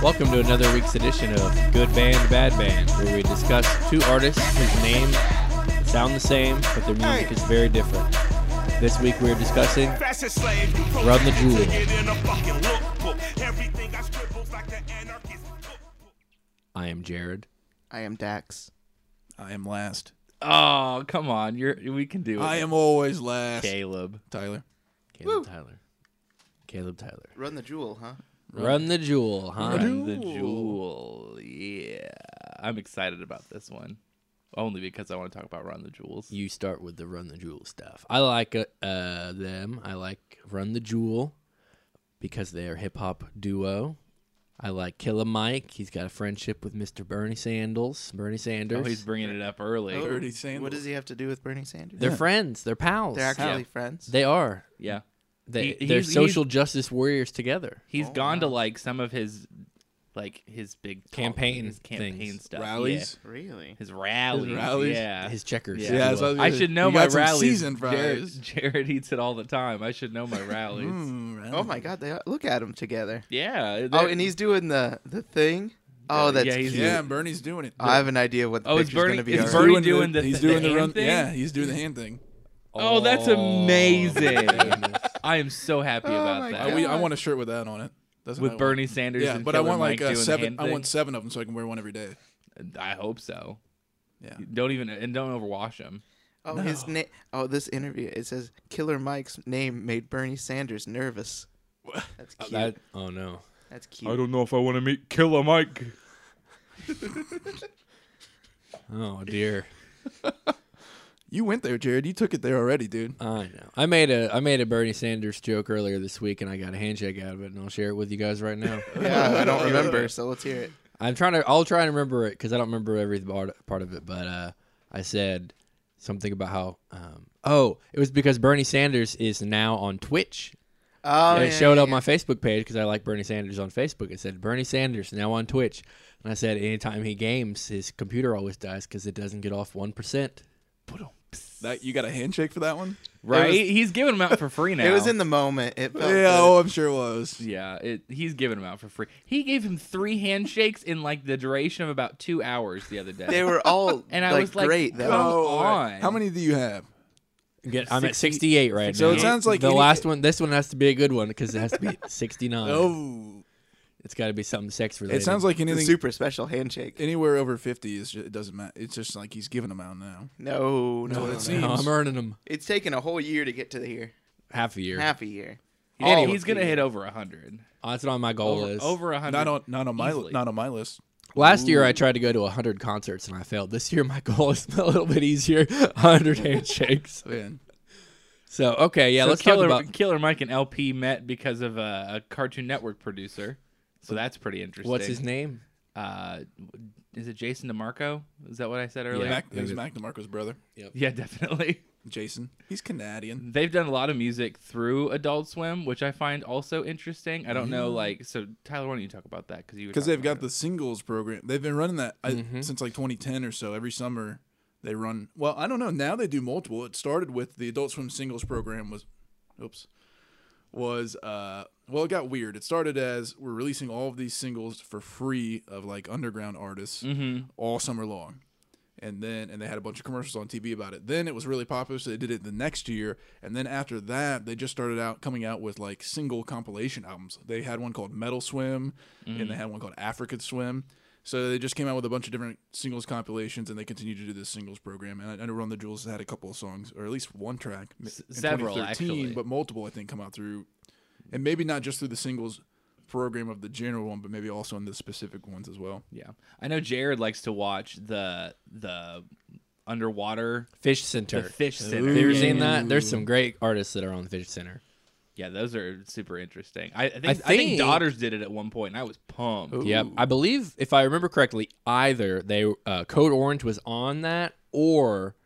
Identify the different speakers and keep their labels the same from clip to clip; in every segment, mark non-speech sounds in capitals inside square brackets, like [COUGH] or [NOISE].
Speaker 1: Welcome to another week's edition of Good Band, Bad Band, where we discuss two artists whose names sound the same, but their music is very different. This week we are discussing
Speaker 2: Run
Speaker 1: Run the Jewel. I Am Jared.
Speaker 3: I am Dax.
Speaker 4: I am last.
Speaker 1: Oh, come on. You're we can do it.
Speaker 4: I am always last.
Speaker 1: Caleb.
Speaker 4: Tyler.
Speaker 1: Caleb Tyler. Caleb Tyler.
Speaker 3: Run the jewel, huh?
Speaker 1: Run, the jewel, huh?
Speaker 4: Run the
Speaker 5: Jewel. Yeah. I'm excited about this one. Only because I want to talk about Run the Jewels.
Speaker 1: You start with the Run the Jewel stuff. I like uh, uh, them. I like Run the Jewel because they are hip hop duo. I like Killer Mike. He's got a friendship with Mr. Bernie Sanders. Bernie Sanders.
Speaker 5: Oh, he's bringing it up early.
Speaker 1: Oh.
Speaker 4: Bernie
Speaker 3: What
Speaker 4: Sanders.
Speaker 3: does he have to do with Bernie Sanders?
Speaker 1: they're friends. They're pals.
Speaker 3: They're actually
Speaker 5: Yeah.
Speaker 3: friends.
Speaker 1: They are.
Speaker 5: Yeah.
Speaker 1: They,
Speaker 5: He-
Speaker 1: they're
Speaker 5: he's-
Speaker 1: social justice warriors together.
Speaker 5: He's gone to like some of his like his big talk-
Speaker 1: Campaign
Speaker 5: his campaign
Speaker 1: things.
Speaker 5: stuff.
Speaker 4: Rallies?
Speaker 3: really?
Speaker 5: Yeah. His rallies.
Speaker 4: rallies?
Speaker 5: Yeah.
Speaker 1: His checkers.
Speaker 5: Yeah.
Speaker 1: if you
Speaker 4: Yeah, so
Speaker 1: will.
Speaker 4: I was
Speaker 5: I
Speaker 4: gonna-
Speaker 5: should know
Speaker 4: you
Speaker 5: my
Speaker 4: got some
Speaker 5: rallies.
Speaker 4: seasoned
Speaker 5: Jared,
Speaker 4: fries.
Speaker 5: Jared eats it all the time. I should know my rallies.
Speaker 4: Mm, right.
Speaker 3: Oh my God! They are, look at them together.
Speaker 5: Yeah.
Speaker 3: Oh,
Speaker 5: they're-
Speaker 3: and he's doing the the thing. Oh, that's
Speaker 5: yeah, he's-
Speaker 3: cute.
Speaker 4: Yeah, and Bernie's doing it.
Speaker 3: I have an idea what the
Speaker 5: Oh, it's
Speaker 3: picture's
Speaker 5: Bernie-
Speaker 3: gonna be.
Speaker 5: it's
Speaker 3: already.
Speaker 5: Bernie doing the-
Speaker 4: He's
Speaker 5: the
Speaker 4: doing the,
Speaker 5: hand
Speaker 4: run.
Speaker 5: thing?
Speaker 4: Yeah, he's doing the hand thing.
Speaker 5: Oh, that's amazing. I am so happy about
Speaker 3: my
Speaker 5: that.
Speaker 4: I, we, I want a shirt with that on it. That's what Oh, I
Speaker 5: With
Speaker 4: want.
Speaker 5: Bernie Sanders
Speaker 4: Yeah,
Speaker 5: and
Speaker 4: but I
Speaker 5: Killer
Speaker 4: want
Speaker 5: Mike
Speaker 4: like uh,
Speaker 5: doing the
Speaker 4: seven.
Speaker 5: hand
Speaker 4: I
Speaker 5: thing.
Speaker 4: want seven of them so I can wear one every day.
Speaker 5: I hope so.
Speaker 4: Yeah.
Speaker 5: Don't even and don't overwash him.
Speaker 3: Oh, his name. Oh, this interview. It says Killer Mike's name made Bernie Sanders nervous. That's cute.
Speaker 1: That, oh, no.
Speaker 3: that's cute.
Speaker 5: know if I want to meet Killer Mike.
Speaker 1: Oh,
Speaker 5: [LAUGHS]
Speaker 1: dear.
Speaker 4: You went there, Jared. You took it there
Speaker 3: [LAUGHS]
Speaker 4: already, dude.
Speaker 1: I know. I made a I made a Bernie Sanders joke earlier this week, and I got a handshake out of it, and I'll share it with you guys right
Speaker 5: [LAUGHS]
Speaker 1: now.
Speaker 3: yeah, I don't remember, so let's hear it.
Speaker 1: I'm trying to. I'll try and remember it because I don't remember every part, part of it. But uh, I said something about how. Um, oh, it was because Bernie Sanders is now on Twitch.
Speaker 3: Oh,
Speaker 1: And it
Speaker 3: yeah,
Speaker 1: showed
Speaker 3: yeah,
Speaker 1: up my Facebook page because I like Bernie Sanders on Facebook. It said Bernie Sanders now on Twitch, and I said anytime he games, his computer always dies because it doesn't get off one percent.
Speaker 4: That you got a handshake for that one?
Speaker 5: Right?
Speaker 3: was-
Speaker 5: he's giving them out for free now.
Speaker 3: yeah. [LAUGHS] It was in the moment. It felt.
Speaker 4: Yeah,
Speaker 3: good.
Speaker 4: oh, I'm sure it was.
Speaker 5: Yeah, it, he's giving them out for free. He gave him three handshakes in like the duration of about two hours the other day.
Speaker 3: They were all
Speaker 5: And I
Speaker 3: like,
Speaker 5: was like,
Speaker 3: great
Speaker 5: Come
Speaker 3: though.
Speaker 4: Oh,
Speaker 5: on.
Speaker 4: How many do you have?
Speaker 1: Get, I'm at 68 right
Speaker 4: So
Speaker 1: now.
Speaker 4: it sounds like
Speaker 1: the
Speaker 4: any-
Speaker 1: last one. This one has to be a good one because it has to be
Speaker 4: [LAUGHS]
Speaker 1: 69.
Speaker 4: Oh,
Speaker 1: It's got to be something sex related.
Speaker 4: it sounds like
Speaker 3: The
Speaker 4: anything.
Speaker 3: super special handshake.
Speaker 4: anywhere over 50 is ju- it doesn't matter. It's just like he's giving them out now.
Speaker 3: No, no,
Speaker 4: it
Speaker 3: no, no.
Speaker 4: seems.
Speaker 1: Oh, No, [LAUGHS] I'm earning them
Speaker 3: It's taken a whole year to get to the here.
Speaker 1: half a year.
Speaker 3: Half a year.
Speaker 5: He's-
Speaker 3: Anyway.
Speaker 5: he's gonna hit over hundred.
Speaker 1: Oh, that's what my goal
Speaker 5: Over,
Speaker 1: is.
Speaker 5: over hundred.
Speaker 4: Not on not on my li-
Speaker 5: Easily.
Speaker 4: not on my list.
Speaker 1: Last year I tried to go to 100 concerts and I failed. This year my [LAUGHS] goal is a little bit easier, 100 handshakes.
Speaker 4: Man.
Speaker 1: So okay, yeah,
Speaker 5: So
Speaker 1: let's
Speaker 5: Killer,
Speaker 1: talk about
Speaker 5: Killer Mike and LP met because of a, a Cartoon Network producer. So that's pretty interesting.
Speaker 1: what's his name?
Speaker 5: Uh, is it Jason DeMarco? Is that what I said earlier?
Speaker 4: Mac, it was Mac DeMarco's brother,
Speaker 5: yeah [LAUGHS] definitely.
Speaker 4: Jason. He's
Speaker 1: Mm-hmm.
Speaker 4: Canadian.
Speaker 5: They've done a lot of music through Adult Swim, which I find also interesting. I don't
Speaker 3: Mm-hmm.
Speaker 5: know, like, so Tyler, why don't you talk about that? Because you were
Speaker 4: Because
Speaker 5: talking
Speaker 4: they've got
Speaker 5: about
Speaker 4: the singles program. They've been running that I,
Speaker 1: Mm-hmm.
Speaker 4: since like 2010 or so. Every summer they run. Well, I don't know. Now they do multiple. It started with the Adult Swim singles program was, oops, was uh well it got weird. It started as we're releasing all of these singles for free of like underground artists
Speaker 1: Mm-hmm.
Speaker 4: all summer long. and then and they had a bunch of commercials on TV about it. Then it was really popular, so they did it the next year. And then after that, they just started out coming out with like single compilation albums. They had one called Metal Swim,
Speaker 5: Mm-hmm.
Speaker 4: and they had one called African Swim. So they just came out with a bunch of different singles compilations, and they continue to do this singles program. And I, I know Run the Jewels had a couple of songs, or at least one track, in 2013,
Speaker 5: several, actually.
Speaker 4: but multiple I think come out through, and maybe not just through the singles program of the general one, but maybe also in the specific ones as well.
Speaker 5: Yeah, I know Jared likes to watch the the underwater
Speaker 1: Fish Center.
Speaker 5: the fish center.
Speaker 1: Have you ever seen that? There's some great artists that are on Fish Center.
Speaker 5: Yeah, those are super interesting. I, I think I
Speaker 1: I
Speaker 5: think,
Speaker 1: think-
Speaker 5: Daughters did it at one point, and I was pumped.
Speaker 1: Yep. I believe, if I remember correctly, either they uh, Code Orange was on that, or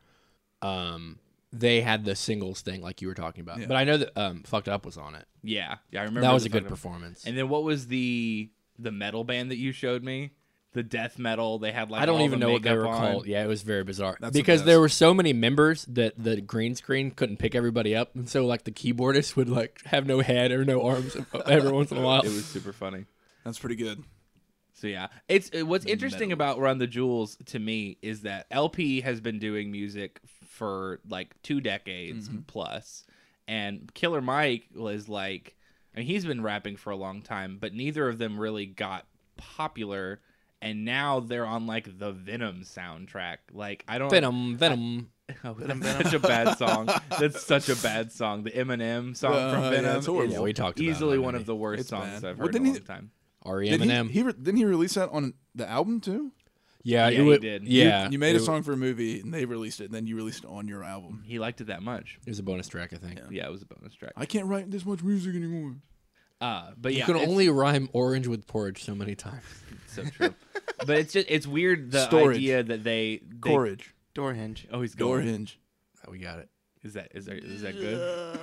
Speaker 1: um, they had the singles thing like you were talking about. But I know that um, Fucked Up was on it.
Speaker 5: Yeah, yeah, I remember
Speaker 1: That was
Speaker 5: the
Speaker 1: a good
Speaker 5: fucking-
Speaker 1: performance.
Speaker 5: And then what was the the metal band that you showed me? the death metal. They had like
Speaker 1: I don't
Speaker 5: all
Speaker 1: even
Speaker 5: the
Speaker 1: know what they
Speaker 5: makeup
Speaker 1: were
Speaker 5: on.
Speaker 1: called. Yeah, it was very bizarre
Speaker 4: That's the
Speaker 1: because
Speaker 4: best.
Speaker 1: there were so many members that the green screen couldn't pick everybody up, and so like the keyboardist would like have no head or no arms [LAUGHS] every once in a while.
Speaker 5: It was super funny.
Speaker 4: That's pretty good.
Speaker 5: So yeah, it's uh, what's interesting about Run the Jewels to me is that LP has been doing music for like two decades plus, and Killer Mike was like, I mean, he's been rapping for a long time, but neither of them really got popular, and now they're on like the Venom soundtrack. Like I don't
Speaker 1: Venom, Venom.
Speaker 5: [LAUGHS] Oh, that's such a bad song. That's such a bad song. The Eminem song
Speaker 4: Uh, yeah,
Speaker 5: from Venom.
Speaker 4: it's horrible.
Speaker 5: is
Speaker 1: Yeah, we talked about it
Speaker 5: easily
Speaker 1: on
Speaker 5: one of
Speaker 1: Emmy.
Speaker 5: the worst
Speaker 4: It's
Speaker 5: songs
Speaker 4: bad.
Speaker 5: I've
Speaker 4: Well,
Speaker 5: heard in a
Speaker 4: didn't
Speaker 5: long
Speaker 4: he-
Speaker 5: time.
Speaker 1: R.E.
Speaker 4: Did
Speaker 1: Eminem.
Speaker 4: He, he re- didn't he release that on the album too?
Speaker 1: yeah,
Speaker 5: Yeah,
Speaker 1: it
Speaker 5: he
Speaker 1: wa-
Speaker 5: did. You-
Speaker 1: Yeah,
Speaker 4: You made
Speaker 1: it Mm-hmm.
Speaker 4: a
Speaker 1: wa-
Speaker 4: song for a movie and they released it, and then you released it on your album.
Speaker 5: He liked it that much.
Speaker 1: It was a bonus track, I think.
Speaker 5: Yeah, it was a bonus track.
Speaker 4: I can't write this much music anymore.
Speaker 5: Uh, but
Speaker 1: You
Speaker 5: yeah,
Speaker 1: can
Speaker 5: it's-
Speaker 1: only rhyme orange with porridge so many times. [LAUGHS]
Speaker 5: so true. but it's just it's weird the
Speaker 4: Storage.
Speaker 5: idea that they, they
Speaker 4: Courage.
Speaker 3: Door hinge.
Speaker 5: Oh, he's
Speaker 4: Door
Speaker 5: going.
Speaker 4: hinge.
Speaker 1: we got it.
Speaker 5: Is that is that is that good?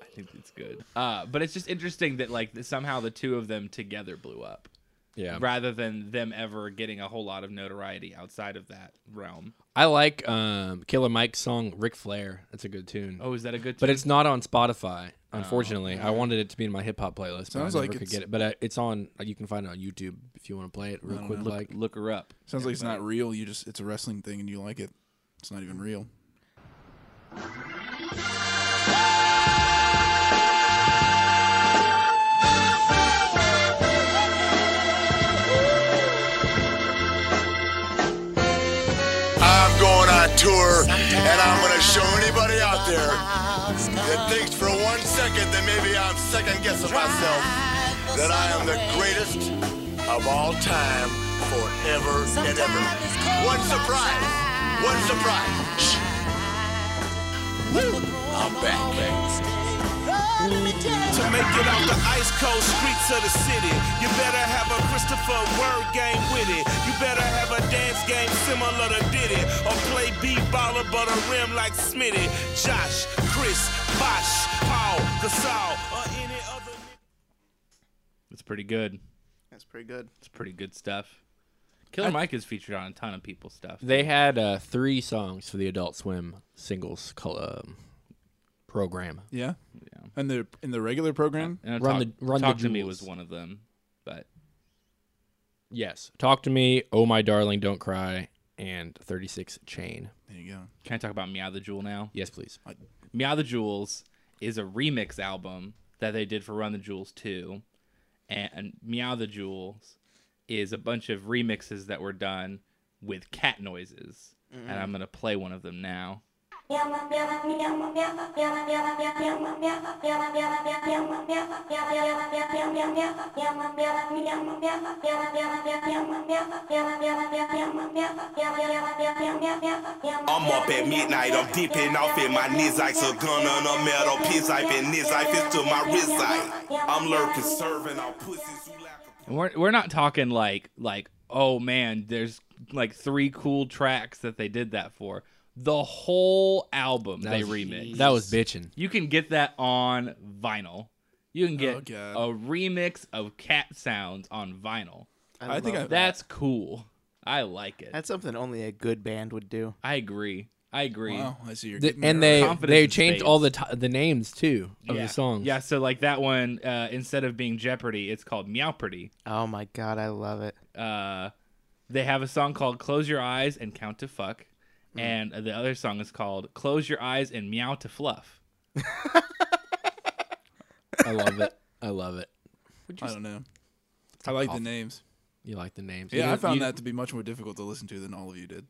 Speaker 5: I think it's good. Uh, but it's just interesting that like that somehow the two of them together blew up,
Speaker 1: Yeah,
Speaker 5: rather than them ever getting a whole lot of notoriety outside of that realm.
Speaker 1: I like um, Killer Mike's song "Ric Flair." That's a good tune.
Speaker 5: Oh, is that a good?
Speaker 1: But
Speaker 5: tune?
Speaker 1: it's not on Spotify, unfortunately. I wanted it to be in my hip hop playlist, but
Speaker 4: Sounds
Speaker 1: I
Speaker 4: like
Speaker 1: never could
Speaker 4: it's-
Speaker 1: get it. But uh, it's on. You can find it on YouTube if you want to play it real quick.
Speaker 4: know.
Speaker 1: Like,
Speaker 5: look her up.
Speaker 4: Sounds like it's not real. You just it's a wrestling thing and you like it. It's not
Speaker 1: Mm-hmm.
Speaker 4: even real.
Speaker 2: I'm going on tour, and I'm going to show anybody out there that thinks for one second that maybe I'm second guessing myself that I am the greatest of all time forever and ever. One surprise. One surprise. Shh. Woo. I'm back.
Speaker 6: To make it out the ice cold streets of the city, you better have a Christopher word game with it. You better have a dance game similar to Diddy, or play b baller but a rim like Smitty, Josh, Chris, Bosh, Paul, Gasol, or any other.
Speaker 5: It's pretty good.
Speaker 3: That's pretty good.
Speaker 5: It's pretty good stuff. Killer Mike is featured on a ton of people's stuff.
Speaker 1: they had uh, three songs for the Adult Swim singles col- um, program.
Speaker 4: Yeah. And the in the regular program,
Speaker 5: And
Speaker 1: Run
Speaker 5: Talk-
Speaker 1: the- Run the
Speaker 5: Talk to me
Speaker 1: Jewels.
Speaker 5: was one of them, but
Speaker 1: Yes, "Talk to Me," "Oh My Darling," "Don't Cry," and "36 Chain."
Speaker 4: there you go.
Speaker 5: can I talk about Meow the Jewel now?
Speaker 1: Yes, please.
Speaker 5: Meow the Jewels is a remix album that they did for Run the Jewels 2. And Meow the Jewels is a bunch of remixes that were done with cat noises. And
Speaker 1: Mm-hmm.
Speaker 5: I'm going to play one of them now.
Speaker 6: I'm up at midnight, I'm dipping off at my knees like a gun on a metal piece. I've been this, I fist to my wrist. I, I'm lurking, serving all pussies who lack a
Speaker 5: And we're, we're not talking like, like, oh man, there's like three cool tracks that they did that for. The whole album
Speaker 1: That
Speaker 5: they
Speaker 1: was-
Speaker 5: remixed.
Speaker 1: That was bitching.
Speaker 5: You can get that on vinyl. You can get
Speaker 4: Oh, God.
Speaker 5: a remix of cat sounds on vinyl.
Speaker 4: I, think
Speaker 3: love
Speaker 4: I
Speaker 5: That's cool. I like it.
Speaker 3: That's something only a good band would do.
Speaker 5: I agree. I agree.
Speaker 4: Wow, I see your
Speaker 1: The- and they
Speaker 5: confidence
Speaker 1: they
Speaker 5: is
Speaker 1: changed
Speaker 5: based.
Speaker 1: all the ti the names too of
Speaker 5: yeah.
Speaker 1: the songs.
Speaker 5: Yeah, so like that one, uh, instead of being Jeopardy, it's called Meow Pretty.
Speaker 3: Oh my god, I love it.
Speaker 5: Uh, they have a song called Close Your Eyes and Count to Fuck.
Speaker 4: Hmm.
Speaker 5: And the other song is called Close Your Eyes and Meow to Fluff.
Speaker 1: I love it. I love it.
Speaker 4: I don't know. I like the names.
Speaker 1: You like the names? You
Speaker 4: Yeah, I
Speaker 1: didn't-
Speaker 4: found
Speaker 1: you-
Speaker 4: that to be much more difficult to listen to than all of you did.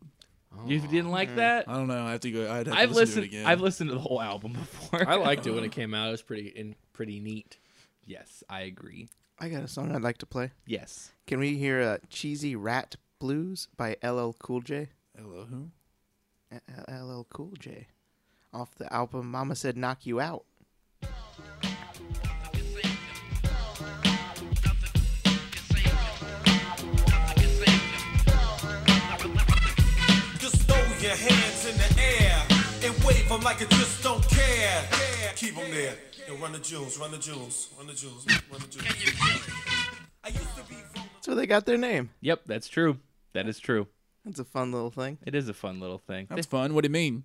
Speaker 5: You didn't
Speaker 1: Hmm.
Speaker 5: like that?
Speaker 4: I don't know. I have to go. I'd Oh. have
Speaker 5: I've
Speaker 4: to listen
Speaker 5: listened
Speaker 4: to it again.
Speaker 5: I've listened to the whole album [LAUGHS] before.
Speaker 1: I liked it when it came out. It was pretty in, pretty neat.
Speaker 5: [LAUGHS] Yes, I agree.
Speaker 3: I got a song I'd like to play.
Speaker 5: Yes.
Speaker 3: Can we hear uh, "Cheesy Rat Blues" by LL Cool J?
Speaker 4: Hello, who?
Speaker 3: Uh, LL Cool J, off the album "Mama Said Knock You Out."
Speaker 6: Just throw your hands in the air and wave them like you just don't care. Keep them there. And run the jewels, run the jewels, run the jewels, run the jewels. I used to be rolling.
Speaker 3: That's where they got their name.
Speaker 5: Yep, that's true. That is true.
Speaker 3: That's a fun little thing.
Speaker 5: It is a fun little thing.
Speaker 4: That's fun. What do you mean?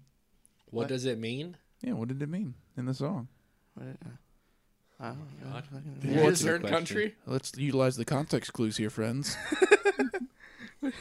Speaker 1: What does it mean?
Speaker 4: Yeah, what did it mean in the song?
Speaker 3: What, uh, oh, I don't know. Fucking-
Speaker 5: What's the question?
Speaker 4: Let's utilize the context clues here, friends.
Speaker 3: [LAUGHS]
Speaker 4: [LAUGHS]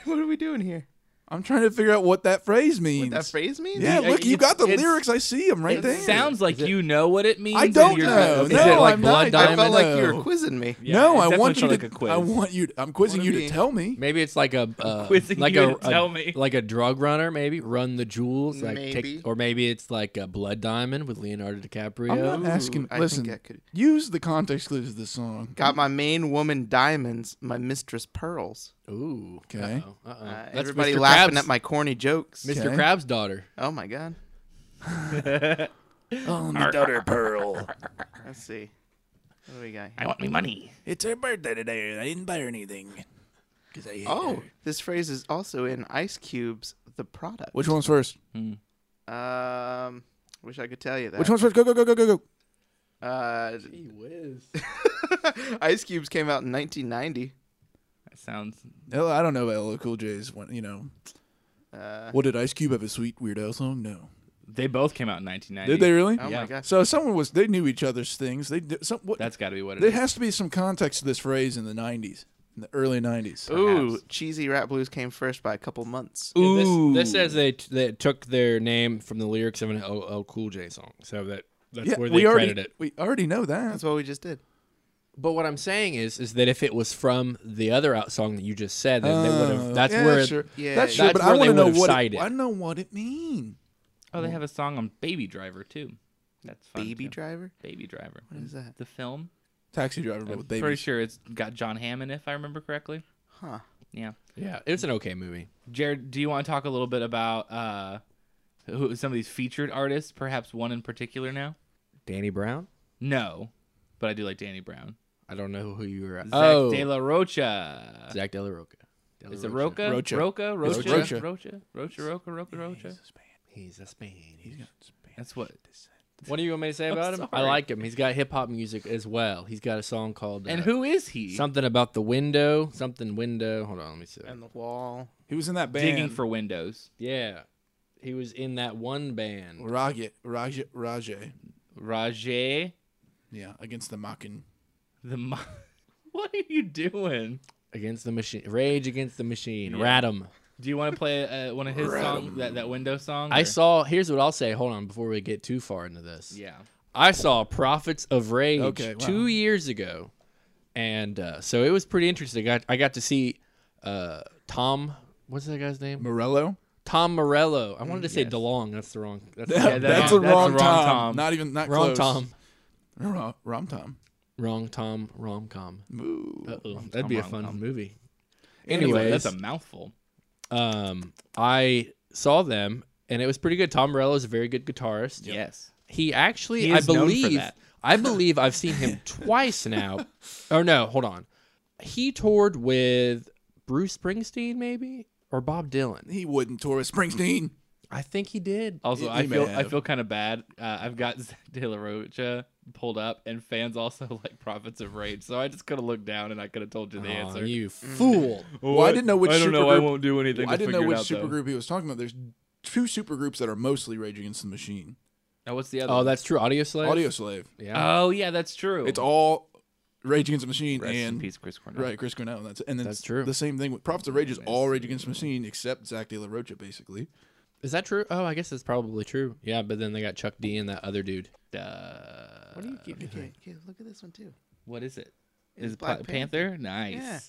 Speaker 3: What are we doing here?
Speaker 4: I'm trying to figure out what that phrase means.
Speaker 3: That phrase means?
Speaker 4: yeah,
Speaker 5: Yeah,
Speaker 4: look, you
Speaker 5: it's-
Speaker 4: got the
Speaker 5: it's-
Speaker 4: lyrics. I see them right
Speaker 5: It
Speaker 4: there.
Speaker 5: sounds like you know what it means.
Speaker 4: I
Speaker 5: and
Speaker 4: don't
Speaker 5: you're-
Speaker 4: know.
Speaker 1: is
Speaker 4: no,
Speaker 1: it like
Speaker 4: I'm
Speaker 1: Blood
Speaker 4: not.
Speaker 1: Diamond?
Speaker 3: I felt like you
Speaker 4: No.
Speaker 3: were quizzing me.
Speaker 5: Yeah,
Speaker 4: no, I
Speaker 5: it definitely
Speaker 4: want you
Speaker 5: felt
Speaker 4: to.
Speaker 5: like a quiz.
Speaker 4: I want you. I'm quizzing
Speaker 3: Wanna
Speaker 4: you to
Speaker 3: be-
Speaker 4: tell me.
Speaker 1: Maybe it's like a uh,
Speaker 5: quizzing
Speaker 1: like
Speaker 5: you
Speaker 1: a,
Speaker 5: to tell me.
Speaker 1: like a drug runner. Maybe run the jewels. Like
Speaker 3: Maybe.
Speaker 1: Take, or maybe it's like a Blood Diamond with Leonardo DiCaprio.
Speaker 4: I'm not asking.
Speaker 3: I think
Speaker 4: listen,
Speaker 3: I could-
Speaker 4: use the context clues of this song.
Speaker 3: Got my main woman diamonds, my mistress pearls.
Speaker 1: Ooh.
Speaker 4: Okay.
Speaker 1: Uh-oh, uh-oh.
Speaker 3: Uh,
Speaker 1: That's
Speaker 3: everybody
Speaker 1: Mr.
Speaker 3: laughing
Speaker 1: Krabs-
Speaker 3: at my corny jokes.
Speaker 1: Mr.
Speaker 4: Okay.
Speaker 1: Krabs' daughter.
Speaker 3: Oh my god.
Speaker 4: Oh, my daughter Pearl.
Speaker 3: Let's see. What do we got?
Speaker 5: I
Speaker 3: Here?
Speaker 5: want me money.
Speaker 4: It's her birthday today. I didn't buy her anything.
Speaker 3: Oh, [LAUGHS] this phrase is also in Ice Cube's "The Product."
Speaker 4: Which one's first?
Speaker 3: Um, wish I could tell you that.
Speaker 4: Which one's first? Go go go go go go.
Speaker 3: Uh, [LAUGHS] Ice Cube's came out in 1990.
Speaker 5: That sounds.
Speaker 4: No, I don't know about LL Cool J's. One, you know. what did Ice Cube have a sweet Weird Al song? No.
Speaker 5: They both came out in 1990.
Speaker 4: Did they really?
Speaker 3: Oh
Speaker 5: Yeah.
Speaker 3: my gosh.
Speaker 4: So someone was. They knew each other's things. They did some. What,
Speaker 5: That's got to be what it is.
Speaker 4: there has to be some context to this phrase in the '90s, in the early '90s.
Speaker 3: Ooh,
Speaker 5: perhaps.
Speaker 3: cheesy rap blues came first by a couple months.
Speaker 5: Ooh.
Speaker 1: This, this says they t- they took their name from the lyrics of an LL Cool J song. So that that's where they
Speaker 4: we already
Speaker 1: credit it.
Speaker 4: we already know that.
Speaker 3: That's what we just did.
Speaker 1: But what I'm saying is is that if it was from the other out song that you just said, then they would
Speaker 4: Oh,
Speaker 1: have. That's
Speaker 4: yeah,
Speaker 1: where
Speaker 4: sure.
Speaker 3: Yeah,
Speaker 4: that's
Speaker 3: yeah.
Speaker 4: true.
Speaker 1: That's
Speaker 4: But I
Speaker 1: where
Speaker 4: want to
Speaker 1: they
Speaker 4: know
Speaker 1: would've
Speaker 4: what
Speaker 1: cited.
Speaker 4: it, I know what it means.
Speaker 5: Oh, they have a song on Baby Driver too. That's fun
Speaker 3: Baby
Speaker 5: too.
Speaker 3: Driver.
Speaker 5: Baby Driver. What
Speaker 3: is that?
Speaker 5: The film.
Speaker 4: Taxi driver, but with babies.
Speaker 5: Pretty sure it's got John Hammond, if I remember correctly.
Speaker 3: Huh.
Speaker 5: Yeah.
Speaker 1: yeah, it's an okay movie.
Speaker 5: Jared, do you want to talk a little bit about uh, who some of these featured artists? Perhaps one in particular now.
Speaker 1: Danny Brown.
Speaker 5: No, but I do like Danny Brown.
Speaker 1: I don't know who you were.
Speaker 5: Zach
Speaker 1: oh,
Speaker 5: De La Rocha.
Speaker 1: Zach De La Roca. De La
Speaker 5: Is it
Speaker 1: Rocha.
Speaker 5: Roca?
Speaker 4: Rocha.
Speaker 5: Roca? Rocha?
Speaker 1: It's
Speaker 5: Rocha?
Speaker 4: Rocha.
Speaker 5: Rocha? Rocha? Roca? Roca? Rocha?
Speaker 1: He's a Spanish.
Speaker 5: That's what.
Speaker 1: What do you want me to say about him? I
Speaker 5: sorry.
Speaker 1: like him. He's got hip hop music as well. He's got a song called
Speaker 5: And
Speaker 1: uh,
Speaker 5: who is he?
Speaker 1: Something about the window. Something window. Hold on, let me see.
Speaker 3: And the wall.
Speaker 4: He was in that band.
Speaker 5: Digging for windows.
Speaker 1: Yeah, he was in that one band.
Speaker 4: Raja, Raja, Raja.
Speaker 5: Rajay.
Speaker 4: Yeah, against the mocking.
Speaker 5: The. Mo- [LAUGHS] what are you doing?
Speaker 1: Against the machine. Rage against the machine.
Speaker 5: Yeah.
Speaker 1: Radom.
Speaker 5: Do you want to play uh, one of his songs, that, that window song?
Speaker 1: I
Speaker 5: or-
Speaker 1: saw. Here's what I'll say. Hold on, before we get too far into this.
Speaker 5: Yeah.
Speaker 1: I saw Prophets of Rage
Speaker 4: Okay, wow.
Speaker 1: two years ago, and uh, so it was pretty interesting. I, I got to see uh, Tom. What's that guy's name?
Speaker 4: Morello?
Speaker 1: Tom Morello. I wanted to say DeLong. That's the wrong. That's,
Speaker 5: that-
Speaker 4: that's
Speaker 5: that's
Speaker 4: a
Speaker 5: the wrong
Speaker 4: wrong, Tom.
Speaker 5: Tom.
Speaker 4: Not even, not
Speaker 1: wrong
Speaker 4: close.
Speaker 1: Tom.
Speaker 4: Rom, rom Tom.
Speaker 1: Wrong Tom. Rom com.
Speaker 4: Ooh.
Speaker 1: That'd be a
Speaker 5: Rom
Speaker 1: fun
Speaker 5: com.
Speaker 1: movie.
Speaker 5: Anyway,
Speaker 1: Anyways,
Speaker 5: that's a mouthful.
Speaker 1: um, I saw them and it was pretty good. Tom Morello is a very good guitarist.
Speaker 5: Yes.
Speaker 1: He actually,
Speaker 5: He
Speaker 1: I
Speaker 5: is known for
Speaker 1: believe,
Speaker 5: that.
Speaker 1: I believe I've seen him twice now. Or no, hold on. He toured with Bruce Springsteen, maybe or Bob Dylan. Oh,
Speaker 4: He wouldn't tour with Springsteen.
Speaker 1: I think he did.
Speaker 5: Also,
Speaker 4: You-
Speaker 5: I
Speaker 4: you may
Speaker 5: feel I
Speaker 4: have.
Speaker 5: feel kind of bad. Uh, I've got [LAUGHS] Zach De La Rocha pulled up, and fans also [LAUGHS] like Prophets of Rage. So I just could have looked down, and I could have told you the
Speaker 1: Aw,
Speaker 5: answer. Mm.
Speaker 1: you fool!
Speaker 5: Well,
Speaker 4: Well, I didn't know which
Speaker 5: I don't know. I
Speaker 4: supergroup-
Speaker 5: won't do anything.
Speaker 4: I
Speaker 5: to
Speaker 4: didn't know
Speaker 5: figure
Speaker 4: which
Speaker 5: it out, though.
Speaker 4: supergroup he was talking about. There's two supergroups that are mostly Rage Against the Machine.
Speaker 5: Oh, what's the other?
Speaker 1: Oh,
Speaker 5: one?
Speaker 1: that's true. Audio Slave.
Speaker 4: Audio Slave.
Speaker 1: Yeah.
Speaker 5: Oh, yeah, that's true.
Speaker 4: It's all Rage Against the Machine
Speaker 5: Rest
Speaker 4: and
Speaker 5: in peace, Chris Cornell.
Speaker 4: Right, Chris Cornell. and That's and then
Speaker 1: That's
Speaker 4: it's
Speaker 1: true.
Speaker 4: The same thing with Prophets of Rage is all Rage Against the Machine except Zach De La Rocha, basically.
Speaker 1: Is that true? Oh, I guess that's probably true. Yeah, but then they got Chuck D and that other dude.
Speaker 5: Uh,
Speaker 3: What do you keep doing? Okay, look at this one too.
Speaker 5: what is it? Is it
Speaker 3: Black
Speaker 5: Pla- Panther? Nice.
Speaker 3: Yeah.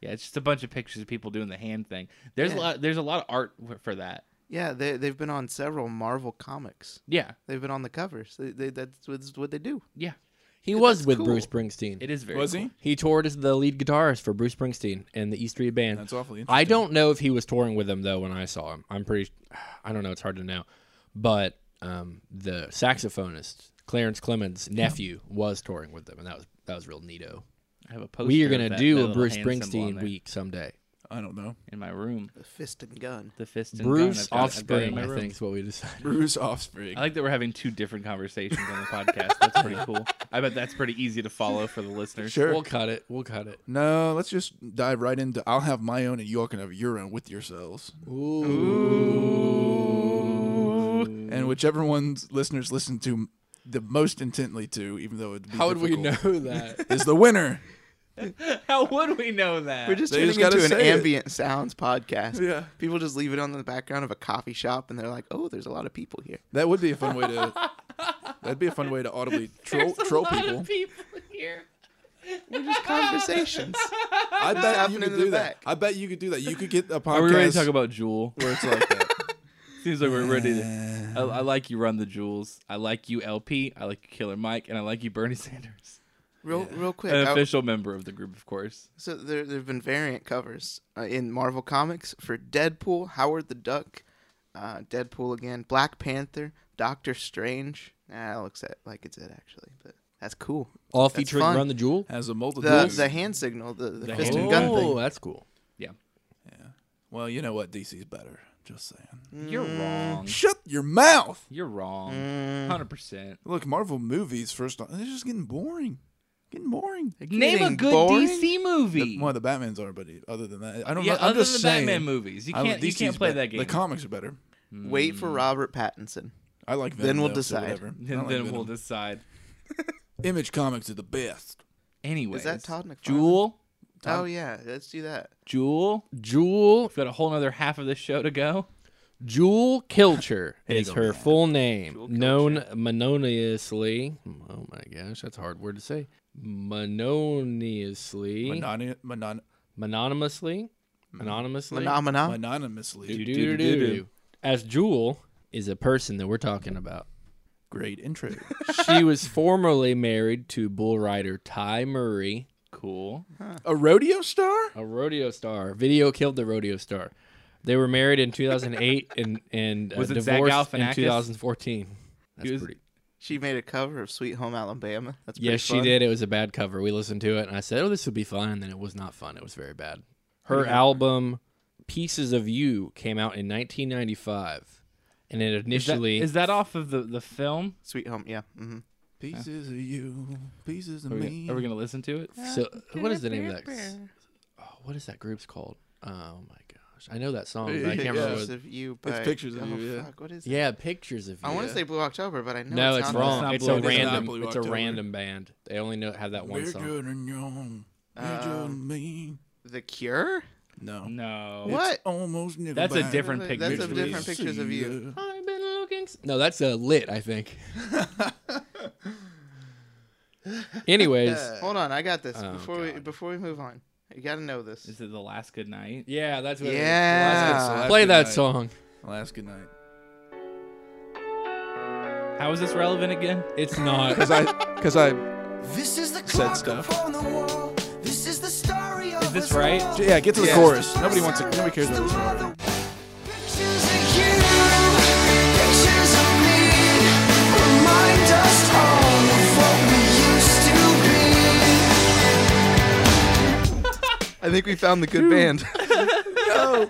Speaker 5: Yeah, it's just a bunch of pictures of people doing the hand thing. There's a
Speaker 3: Yeah.
Speaker 5: lot. There's a lot of art w- for that.
Speaker 3: Yeah, they they've been on several Marvel comics.
Speaker 5: Yeah,
Speaker 3: They've been on the covers. They, they, that's what's what they do.
Speaker 5: yeah.
Speaker 1: He was
Speaker 3: that's
Speaker 1: with
Speaker 3: cool.
Speaker 1: Bruce Springsteen.
Speaker 5: It is very.
Speaker 4: Was
Speaker 5: cool.
Speaker 4: he?
Speaker 1: He toured as the lead guitarist for Bruce Springsteen and the East Street Band.
Speaker 4: That's awfully
Speaker 1: I
Speaker 4: interesting.
Speaker 1: don't know if he was touring with them though when I saw him. I'm pretty. [SIGHS] I don't know. It's hard to know. But um, the saxophonist Clarence Clemens' nephew was touring with them, and that was that was real neato.
Speaker 5: I have a poster.
Speaker 1: We are
Speaker 5: of
Speaker 1: gonna
Speaker 5: that-
Speaker 1: do
Speaker 5: that
Speaker 1: a
Speaker 5: little
Speaker 1: Bruce
Speaker 5: hand symbol on
Speaker 1: Springsteen
Speaker 5: there.
Speaker 1: week someday.
Speaker 4: I don't know. [LAUGHS]
Speaker 5: in my room.
Speaker 3: The fist and gun.
Speaker 5: The fist and
Speaker 1: Bruce
Speaker 5: gun I've got- I've got it in
Speaker 1: Offspring,
Speaker 5: my
Speaker 1: I
Speaker 5: room.
Speaker 1: think, is what we decided.
Speaker 4: Bruce Offspring.
Speaker 5: I like that we're having two different conversations on the podcast. That's
Speaker 1: [LAUGHS]
Speaker 5: pretty cool. I bet that's pretty easy to follow for the listeners.
Speaker 4: sure.
Speaker 1: We'll cut it. We'll cut it.
Speaker 4: no, let's just dive right into. I'll have my own, and you all can have your own with yourselves. And whichever one's listeners listen to the most intently to, even though it'd be
Speaker 1: How would we know
Speaker 4: difficult,
Speaker 1: that?
Speaker 5: [LAUGHS]
Speaker 4: Is the winner.
Speaker 5: How would we know that?
Speaker 3: We're just
Speaker 4: They
Speaker 3: turning
Speaker 4: just gotta
Speaker 3: into an
Speaker 4: say it.
Speaker 3: ambient sounds podcast.
Speaker 4: Yeah.
Speaker 3: People just leave it on the background of a coffee shop and they're like, oh, there's a lot of people here. [LAUGHS]
Speaker 4: That would be a fun way to. That'd be a fun way to audibly troll, troll people.
Speaker 5: people here.
Speaker 3: We're just conversations.
Speaker 4: I bet you
Speaker 3: happening
Speaker 4: could
Speaker 3: in the
Speaker 4: do that.
Speaker 3: back.
Speaker 4: I bet you could do that. You could [LAUGHS] get a podcast
Speaker 5: Are we ready to talk about Jewel?
Speaker 4: where it's like that.
Speaker 5: Seems like we're ready to. I, I like you, Run the Jewels. I like you, LP. I like you, Killer Mike, and I like you, Bernie [LAUGHS] Sanders.
Speaker 3: Real, real quick.
Speaker 5: An
Speaker 3: I-
Speaker 5: official member of the group, of course.
Speaker 3: so there, there have been variant covers uh, in Marvel Comics for Deadpool, Howard the Duck, uh, Deadpool again, Black Panther, Doctor Strange. Nah, that looks at, like it's it actually, but that's cool.
Speaker 1: All
Speaker 3: That's
Speaker 1: featuring
Speaker 3: fun.
Speaker 1: Run the Jewel?
Speaker 4: [LAUGHS] Has a multitude.
Speaker 3: The the hand signal, the, the, fist and gun
Speaker 1: Oh,
Speaker 3: thing.
Speaker 1: that's cool.
Speaker 5: Yeah,
Speaker 4: well, you know what? DC's better. Just saying.
Speaker 5: you're wrong.
Speaker 4: Shut your mouth.
Speaker 5: You're wrong.
Speaker 4: Mm.
Speaker 5: Hundred percent.
Speaker 4: Look, Marvel movies. First, off, it's just getting boring. Getting boring.
Speaker 5: Name a
Speaker 3: Getting
Speaker 5: good
Speaker 3: boring?
Speaker 5: DC movie.
Speaker 4: Well, the Batman's are, but other than that, I don't.
Speaker 5: yeah,
Speaker 4: know, I'm
Speaker 5: other
Speaker 4: just
Speaker 5: than
Speaker 4: saying.
Speaker 5: Batman movies, you
Speaker 4: I-
Speaker 5: can't. You
Speaker 4: DC's
Speaker 5: can't play
Speaker 4: bet-
Speaker 5: that game.
Speaker 4: The comics are better.
Speaker 3: Wait
Speaker 4: Mm.
Speaker 3: for Robert Pattinson.
Speaker 4: I like. Venom,
Speaker 3: Then we'll
Speaker 4: though, so
Speaker 3: decide.
Speaker 4: whatever. I
Speaker 5: then
Speaker 4: like
Speaker 5: then
Speaker 4: Venom.
Speaker 5: we'll decide.
Speaker 4: Image comics are the best.
Speaker 5: Anyway,
Speaker 3: Todd McFarlane?
Speaker 5: Jewel,
Speaker 3: Oh yeah, let's do that.
Speaker 5: Jewel.
Speaker 1: Jewel
Speaker 5: We've got a whole other half of this show to go.
Speaker 1: Jewel
Speaker 5: [LAUGHS]
Speaker 1: Kilcher is
Speaker 4: go,
Speaker 1: her
Speaker 4: man.
Speaker 1: full name, known mononiously. Oh my gosh, that's a hard word to say. Mononiously,
Speaker 4: Monon- monon-
Speaker 1: mononymously,
Speaker 5: Mm-hmm.
Speaker 1: anonymously,
Speaker 3: Phenomena.
Speaker 4: mononymously.
Speaker 1: Do-do-do-do-do. As Jewel is a person that we're talking about.
Speaker 4: Great intro.
Speaker 5: [LAUGHS]
Speaker 1: She was formerly married to bull rider Ty Murray.
Speaker 5: Cool.
Speaker 4: a rodeo star.
Speaker 1: a rodeo star. Video killed the rodeo star. They were married in 2008 and and uh,
Speaker 5: Was it Zach
Speaker 1: divorced in
Speaker 5: Galifianakis?
Speaker 1: 2014. That's
Speaker 5: He was-
Speaker 1: pretty.
Speaker 3: She made a cover of Sweet Home Alabama. That's pretty
Speaker 1: Yes, she
Speaker 3: fun.
Speaker 1: did. It was a bad cover. We listened to it and I said, "Oh, this would be fun." And then it was not fun. It was very bad. Her album "Pieces of You" came out in 1995, and it initially
Speaker 5: is that off of the, the film?
Speaker 3: Sweet Home, yeah. hmm
Speaker 4: Pieces of you, pieces of
Speaker 5: Are we,
Speaker 4: me.
Speaker 5: gonna- are we gonna listen to it?
Speaker 1: so what is the name of that? s- Oh, what is that group's called? Oh my gosh, I know that song,
Speaker 5: [LAUGHS]
Speaker 1: but I can't remember.
Speaker 3: Pictures
Speaker 1: what-
Speaker 3: of you, by,
Speaker 4: pictures of
Speaker 3: oh,
Speaker 4: you, yeah.
Speaker 3: Fuck, what is it?
Speaker 1: Yeah, pictures of you.
Speaker 3: I want to say Blue October, but I know
Speaker 1: No,
Speaker 3: it's,
Speaker 1: it's
Speaker 3: not
Speaker 1: wrong.
Speaker 5: not
Speaker 1: It's,
Speaker 5: Blue
Speaker 1: a
Speaker 5: October. It's not
Speaker 1: random.
Speaker 4: Blue
Speaker 1: It's a
Speaker 4: October.
Speaker 1: random band. They only know have that one
Speaker 4: Bigger
Speaker 1: song.
Speaker 4: than young,
Speaker 3: Um,
Speaker 4: bigger than me.
Speaker 3: The Cure.
Speaker 4: No.
Speaker 5: No.
Speaker 3: What?
Speaker 4: It's almost Nickelback.
Speaker 5: That's a different
Speaker 3: That's a
Speaker 5: picture.
Speaker 3: different
Speaker 5: please.
Speaker 3: Pictures of You.
Speaker 4: See ya.
Speaker 1: I've been looking. s- [LAUGHS] No, that's a lit. I think.
Speaker 5: [LAUGHS]
Speaker 1: Anyways,
Speaker 3: Hold on, I got this.
Speaker 1: Oh,
Speaker 3: before we
Speaker 1: God.
Speaker 3: before we move on, you gotta know this.
Speaker 5: Is it the last good night?
Speaker 1: yeah, that's what. it is.
Speaker 3: Yeah.
Speaker 4: Alaska
Speaker 1: Play that
Speaker 4: Night.
Speaker 1: song.
Speaker 4: Alaska Night.
Speaker 5: How is this relevant again?
Speaker 1: It's not.
Speaker 4: Because I, because I,
Speaker 7: This is the
Speaker 4: Said
Speaker 7: clock
Speaker 4: stuff.
Speaker 7: upon the wall. This is the story of
Speaker 5: Is this
Speaker 7: us
Speaker 5: right?
Speaker 7: all.
Speaker 4: yeah, get to the
Speaker 7: This
Speaker 4: chorus.
Speaker 7: is the
Speaker 4: Nobody wants to-
Speaker 7: first
Speaker 4: nobody cares
Speaker 7: time
Speaker 4: about the
Speaker 7: it's
Speaker 4: story.
Speaker 7: over. Pictures of you, pictures of me, remind us all of what we used to be.
Speaker 3: I think we found the good band.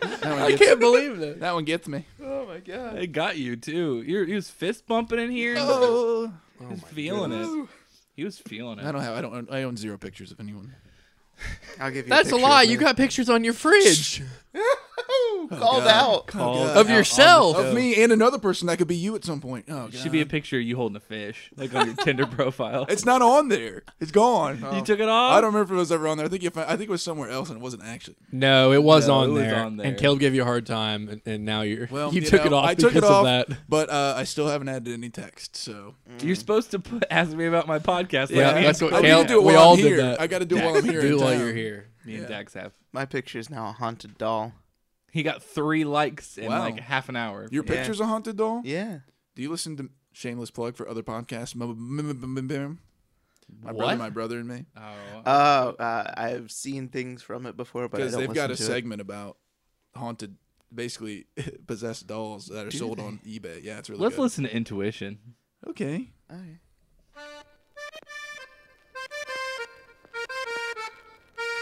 Speaker 1: I can't believe that.
Speaker 4: that one gets me.
Speaker 5: It got you too. You're, he was fist bumping in here. he was feeling it. He was feeling
Speaker 4: I
Speaker 5: it.
Speaker 4: don't have. I don't. Own, I own zero pictures of anyone.
Speaker 3: [LAUGHS] I'll give you.
Speaker 1: That's a
Speaker 3: a,
Speaker 1: lie. You got pictures on your fridge
Speaker 3: called out.
Speaker 5: Called
Speaker 1: of
Speaker 5: out
Speaker 1: yourself.
Speaker 5: on the
Speaker 4: Of me and another person that could be you at some point. Oh, God.
Speaker 5: show. Should be a picture of you holding a fish, like on your Tinder profile.
Speaker 4: It's not on there. It's gone.
Speaker 3: Oh.
Speaker 5: you took it off.
Speaker 4: I don't remember if it was ever on there. I think if I, I think it was somewhere else and it wasn't actually.
Speaker 1: No, it was,
Speaker 5: No,
Speaker 1: on,
Speaker 5: it was
Speaker 1: there,
Speaker 5: on there.
Speaker 1: And Caleb gave you a hard time, and, and now you're [LAUGHS]
Speaker 4: Well,
Speaker 1: you, took
Speaker 4: know,
Speaker 1: it off
Speaker 4: I took
Speaker 1: because
Speaker 4: it off,
Speaker 1: of that.
Speaker 4: But uh, I still haven't added any text. So
Speaker 5: You're supposed to put, ask me about my podcast. Like
Speaker 1: Yeah,
Speaker 5: me,
Speaker 1: that's
Speaker 5: and-
Speaker 1: what
Speaker 4: I need
Speaker 1: Caleb.
Speaker 4: to do it
Speaker 1: we
Speaker 4: while
Speaker 1: all
Speaker 4: I'm
Speaker 1: did
Speaker 4: here.
Speaker 1: that.
Speaker 4: I got to do
Speaker 1: [LAUGHS]
Speaker 4: it while I'm [LAUGHS] here.
Speaker 1: do
Speaker 4: in
Speaker 1: it while
Speaker 4: town.
Speaker 1: you're here.
Speaker 5: me and Dax have.
Speaker 3: My picture is now a haunted doll.
Speaker 5: He got three likes in
Speaker 4: Wow.
Speaker 5: like half an hour.
Speaker 4: Your picture's a haunted doll.
Speaker 3: Yeah.
Speaker 4: Do you listen to shameless plug for other podcasts? Mm, mm, mm, mm, mm. My
Speaker 5: What?
Speaker 4: brother, my brother, and me.
Speaker 5: oh,
Speaker 3: Oh, uh, I've seen things from it before, but I
Speaker 4: Because
Speaker 3: don't
Speaker 4: they've got a
Speaker 3: listen to it.
Speaker 4: segment about haunted, basically [LAUGHS] possessed dolls that are sold on eBay. Yeah, it's really
Speaker 5: let's
Speaker 4: good.
Speaker 5: listen to intuition.
Speaker 4: Okay.
Speaker 3: Okay.
Speaker 8: La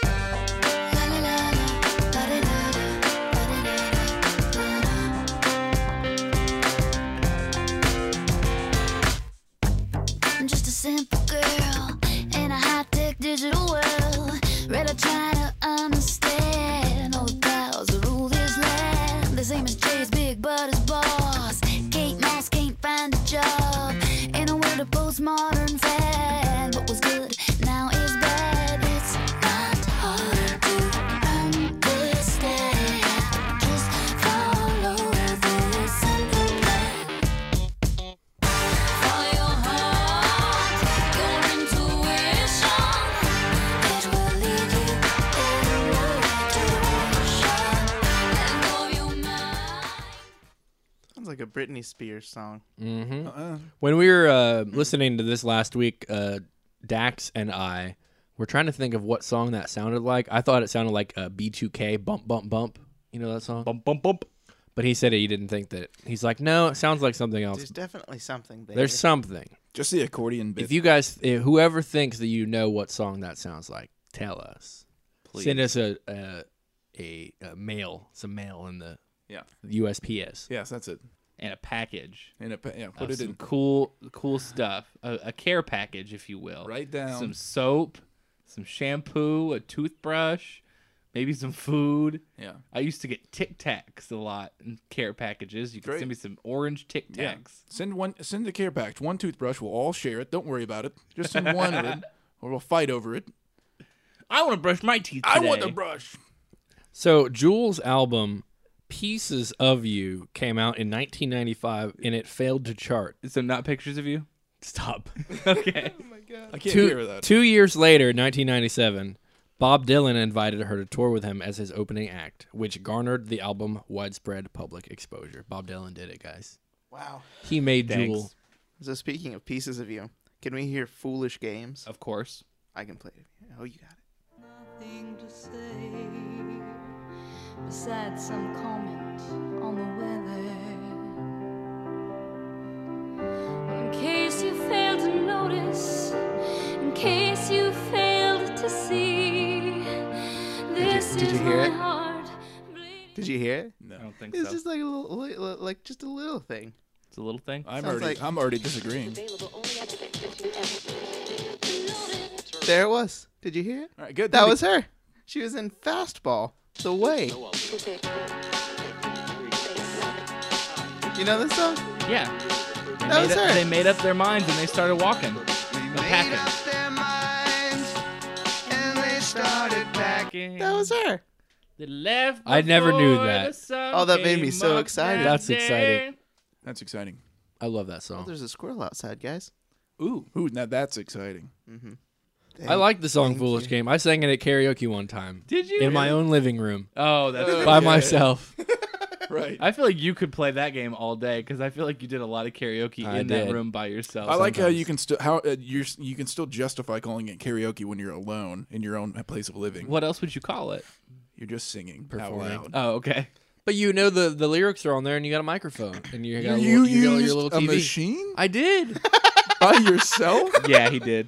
Speaker 8: la la la, la la la.
Speaker 3: a Britney Spears song.
Speaker 4: Uh,
Speaker 1: When we were uh, listening to this last week, uh, Dax and I were trying to think of what song that sounded like. I thought it sounded like a B2K bump bump bump. You know that song?
Speaker 5: Bump bump bump.
Speaker 1: But he said he didn't think that. He's like, no, it sounds like something
Speaker 3: There's
Speaker 1: else.
Speaker 3: definitely something there.
Speaker 1: There's something.
Speaker 4: just the accordion bit.
Speaker 1: If you guys, eh, whoever thinks that you know what song that sounds like, tell us. Please. Send us a a, a, a mail, some mail in the
Speaker 4: yeah.
Speaker 1: USPS.
Speaker 4: Yes, that's it.
Speaker 5: And a package.
Speaker 4: And it, yeah, put
Speaker 5: Put
Speaker 4: it
Speaker 5: some
Speaker 4: in.
Speaker 5: cool, cool stuff. A, a care package, if you will.
Speaker 4: Write down.
Speaker 5: some soap, some shampoo, a toothbrush, maybe some food.
Speaker 4: Yeah.
Speaker 5: I used to get Tic Tacs a lot in care packages. You could
Speaker 4: Great.
Speaker 5: send me some orange Tic Tacs.
Speaker 4: Yeah. Send one. Send the care package. One toothbrush. We'll all share it. Don't worry about it. Just send one
Speaker 1: [LAUGHS]
Speaker 4: of it, or we'll fight over it.
Speaker 5: I want to brush my teeth.
Speaker 4: I want the
Speaker 5: today.
Speaker 4: brush.
Speaker 1: So Jules' album "Pieces of You" came out in 1995, and it failed to chart.
Speaker 5: So not pictures of you.
Speaker 4: [LAUGHS]
Speaker 1: Stop.
Speaker 5: Okay.
Speaker 4: I can't hear
Speaker 1: two,
Speaker 4: that.
Speaker 1: two years later, 1997, Bob Dylan invited her to tour with him as his opening act, which garnered the album widespread public exposure. Bob Dylan did it, guys.
Speaker 3: wow.
Speaker 1: He made
Speaker 5: Thanks.
Speaker 1: Jewel.
Speaker 3: So speaking of pieces of you, can we hear "Foolish Games"?
Speaker 5: of course.
Speaker 3: I can play it. Oh, you got it.
Speaker 8: nothing to say besides some comment on the weather. In case you failed to notice, in case you failed to see, this
Speaker 3: did you
Speaker 8: is
Speaker 3: hear
Speaker 8: my
Speaker 3: it?
Speaker 8: heart. bleeding
Speaker 3: Did you hear it?
Speaker 5: I don't think
Speaker 3: It's
Speaker 5: so.
Speaker 3: just like a little, li- li- like just a little thing.
Speaker 5: it's a little thing.
Speaker 4: I'm
Speaker 3: sounds
Speaker 4: already.
Speaker 3: like-
Speaker 4: I'm already disagreeing.
Speaker 3: There it was. Did you hear it?
Speaker 4: All right, good.
Speaker 3: That was her. She was in fastball. The way. You know this song?
Speaker 5: Yeah.
Speaker 3: That
Speaker 5: They, made
Speaker 3: was
Speaker 5: up,
Speaker 3: her.
Speaker 5: they made up their minds and they started walking. And packing. Packing.
Speaker 3: That was her.
Speaker 5: They left
Speaker 1: I never knew
Speaker 5: before
Speaker 1: that.
Speaker 5: the sun
Speaker 3: Oh, that made me
Speaker 5: came
Speaker 3: so
Speaker 5: up
Speaker 3: excited.
Speaker 5: that
Speaker 1: That's exciting.
Speaker 5: day.
Speaker 4: That's exciting.
Speaker 1: I love that
Speaker 3: Oh,
Speaker 1: song.
Speaker 3: there's a squirrel outside, guys.
Speaker 4: Ooh. Ooh. Now
Speaker 3: [LAUGHS]
Speaker 4: that's exciting.
Speaker 1: I like the song "Foolish Game." I sang it at karaoke one time.
Speaker 5: Did you
Speaker 1: In my own living room
Speaker 5: Oh, that's.
Speaker 1: by myself.
Speaker 4: Right.
Speaker 5: I feel like you could play that game all day because I feel like you did a lot of karaoke
Speaker 1: I
Speaker 5: in
Speaker 1: did.
Speaker 5: that room by yourself.
Speaker 4: I like how you can still how uh, you're s- you can still justify calling it karaoke when you're alone in your own place of living.
Speaker 5: What else would you call it?
Speaker 4: You're just singing
Speaker 1: Performing.
Speaker 4: out loud.
Speaker 5: Oh, [LAUGHS] okay.
Speaker 1: But you know the the lyrics are on there, and you got a microphone, and you got a
Speaker 4: you
Speaker 1: little, you got
Speaker 4: used
Speaker 1: your little
Speaker 4: a
Speaker 1: TV.
Speaker 4: machine
Speaker 1: I did.
Speaker 3: [LAUGHS]
Speaker 4: by yourself.
Speaker 5: Yeah,
Speaker 4: [LAUGHS]
Speaker 5: he did.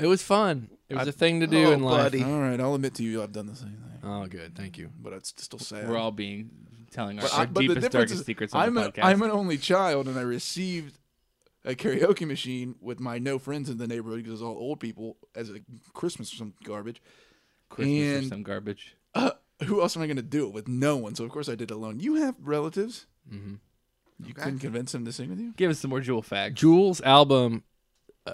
Speaker 1: It was fun. It was a thing to do
Speaker 3: Oh,
Speaker 1: in life.
Speaker 3: buddy.
Speaker 4: All right, I'll admit to you, I've done the same thing,
Speaker 1: Oh, good. Thank you.
Speaker 4: but it's still sad.
Speaker 5: We're all being telling our,
Speaker 4: But, I-
Speaker 5: our
Speaker 4: but the
Speaker 5: deepest,
Speaker 4: difference
Speaker 5: darkest
Speaker 4: is
Speaker 5: secrets on
Speaker 4: I'm
Speaker 5: the
Speaker 4: a-
Speaker 5: podcast.
Speaker 4: I'm an only child, and I received a karaoke machine with my no friends in the neighborhood because it's all old people as a Christmas or some garbage.
Speaker 5: Christmas or
Speaker 4: and-
Speaker 5: some garbage.
Speaker 4: Uh, [LAUGHS] who else am I going to do it with? No one. So of course I did it alone. You have relatives. Mm-hmm. You couldn't convince them to sing with you.
Speaker 5: Give us some more jewel facts.
Speaker 1: Jules' album, uh,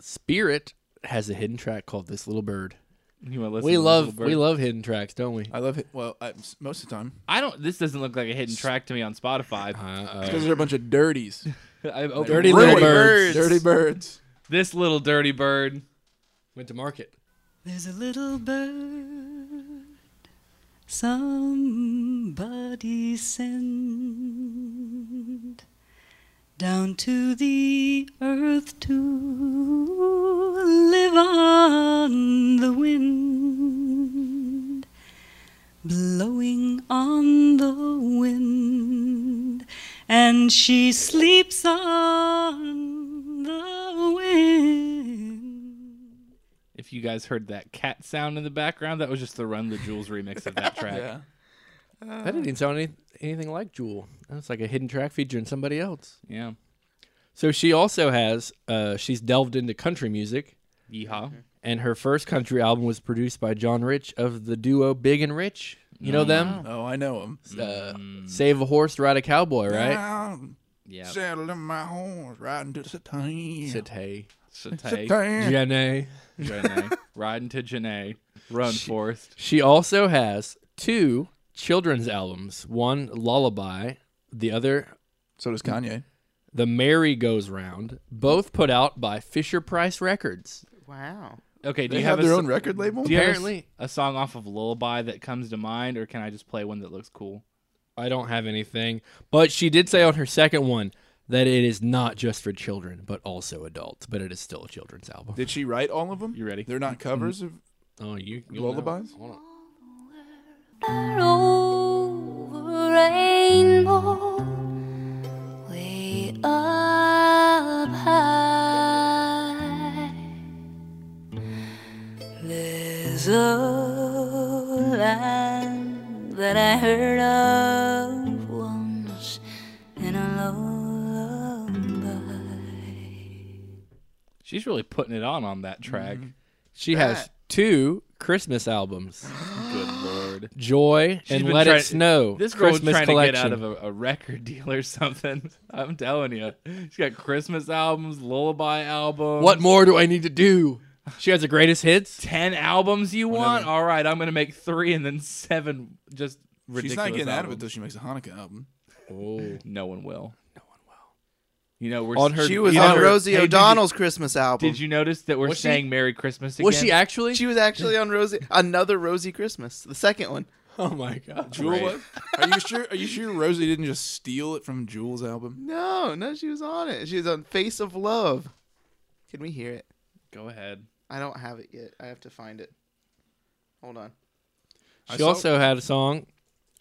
Speaker 1: Spirit, has a hidden track called "This Little Bird."
Speaker 5: You wanna listen
Speaker 1: We
Speaker 5: to this
Speaker 1: love
Speaker 5: little
Speaker 1: we
Speaker 5: bird?
Speaker 1: love hidden tracks, don't we?
Speaker 4: I love it. Well, I, s- most of the time
Speaker 5: I don't. This doesn't look like a hidden track to me on Spotify.
Speaker 1: Uh,
Speaker 4: because they're a bunch of dirties,
Speaker 5: I opened
Speaker 1: Dirty
Speaker 5: Ruin-
Speaker 1: Little Birds.
Speaker 4: dirty birds.
Speaker 5: This little dirty bird.
Speaker 1: Went to market.
Speaker 9: There's a little bird somebody send down to the earth to live on the wind, blowing on the wind, and she sleeps on the wind.
Speaker 5: If you guys heard that cat sound in the background, that was just the Run the Jewels remix of
Speaker 1: [LAUGHS]
Speaker 5: that track.
Speaker 4: Yeah.
Speaker 1: That didn't sound any, anything like Jewel. That's like a hidden track featuring somebody else.
Speaker 5: yeah.
Speaker 1: So she also has. Uh, she's delved into country music,
Speaker 5: Yeehaw.
Speaker 1: and her first country album was produced by John Rich of the duo Big and Rich. You
Speaker 5: Mm,
Speaker 1: know them?
Speaker 4: Oh, I know them.
Speaker 1: Uh, Save a horse, ride a cowboy, right?
Speaker 5: Yeah.
Speaker 4: Saddling my horse, riding to the town.
Speaker 1: Said hey,
Speaker 5: Satay.
Speaker 1: Jenny.
Speaker 5: Janae. Riding to Janae. Run, Forrest.
Speaker 1: She also has two children's albums one Lullaby, the other
Speaker 4: So does Kanye.
Speaker 1: The Merry Goes Round, both put out by Fisher Price Records.
Speaker 3: Wow.
Speaker 5: Okay, do
Speaker 4: They
Speaker 5: you
Speaker 4: have
Speaker 5: a
Speaker 4: their
Speaker 5: s-
Speaker 4: own record label.
Speaker 5: do you have a s-
Speaker 1: Apparently.
Speaker 5: a, song off of Lullaby that comes to mind, or can I just play one that looks cool?
Speaker 1: I don't have anything. But she did say on her second one that it is not just for children, but also adults. But it is still a children's album.
Speaker 4: Did she write all of them?
Speaker 5: You ready?
Speaker 4: They're not covers of
Speaker 1: Oh, you you'll know.
Speaker 4: lullabies.
Speaker 8: Far over rainbow, way up high. There's a land that I heard of once in a lullaby.
Speaker 5: She's really putting it on on that track.
Speaker 1: Mm-hmm. She has two Christmas albums:
Speaker 5: Good lord.
Speaker 1: Joy
Speaker 5: She's
Speaker 1: and
Speaker 5: been
Speaker 1: Let
Speaker 5: trying-
Speaker 1: It Snow.
Speaker 5: This girl's
Speaker 1: Christmas
Speaker 5: trying
Speaker 1: collection.
Speaker 5: to get out of a, a record deal or [LAUGHS] something. I'm telling you, she's got Christmas albums, lullaby albums.
Speaker 1: what more do I need to do? She has the greatest
Speaker 5: [LAUGHS]
Speaker 1: hits.
Speaker 5: ten albums you want? All right, I'm gonna make three and then seven. Just ridiculous.
Speaker 4: She's not getting out of it
Speaker 5: albums.
Speaker 4: till she makes a Hanukkah album.
Speaker 5: No one will. No one will. You know, we're
Speaker 1: On her-
Speaker 3: She was
Speaker 1: Either-
Speaker 3: on Rosie
Speaker 5: Hey, did you-
Speaker 3: O'Donnell's Christmas album.
Speaker 5: Did you notice that we're
Speaker 1: Was she-
Speaker 5: saying "Merry Christmas" again?
Speaker 1: Was she actually?
Speaker 3: She was actually on Rosie, another Rosie Christmas, the second one.
Speaker 5: [LAUGHS]
Speaker 1: oh my god!
Speaker 4: Jewel, what? are you sure? Are you sure Rosie didn't just steal it from Jewel's album?
Speaker 3: No, no, she was on it. She was on Face of Love. Can we hear it?
Speaker 5: Go ahead.
Speaker 3: I don't have it yet. I have to find it. Hold on.
Speaker 4: I
Speaker 1: She
Speaker 4: saw-
Speaker 1: also had a song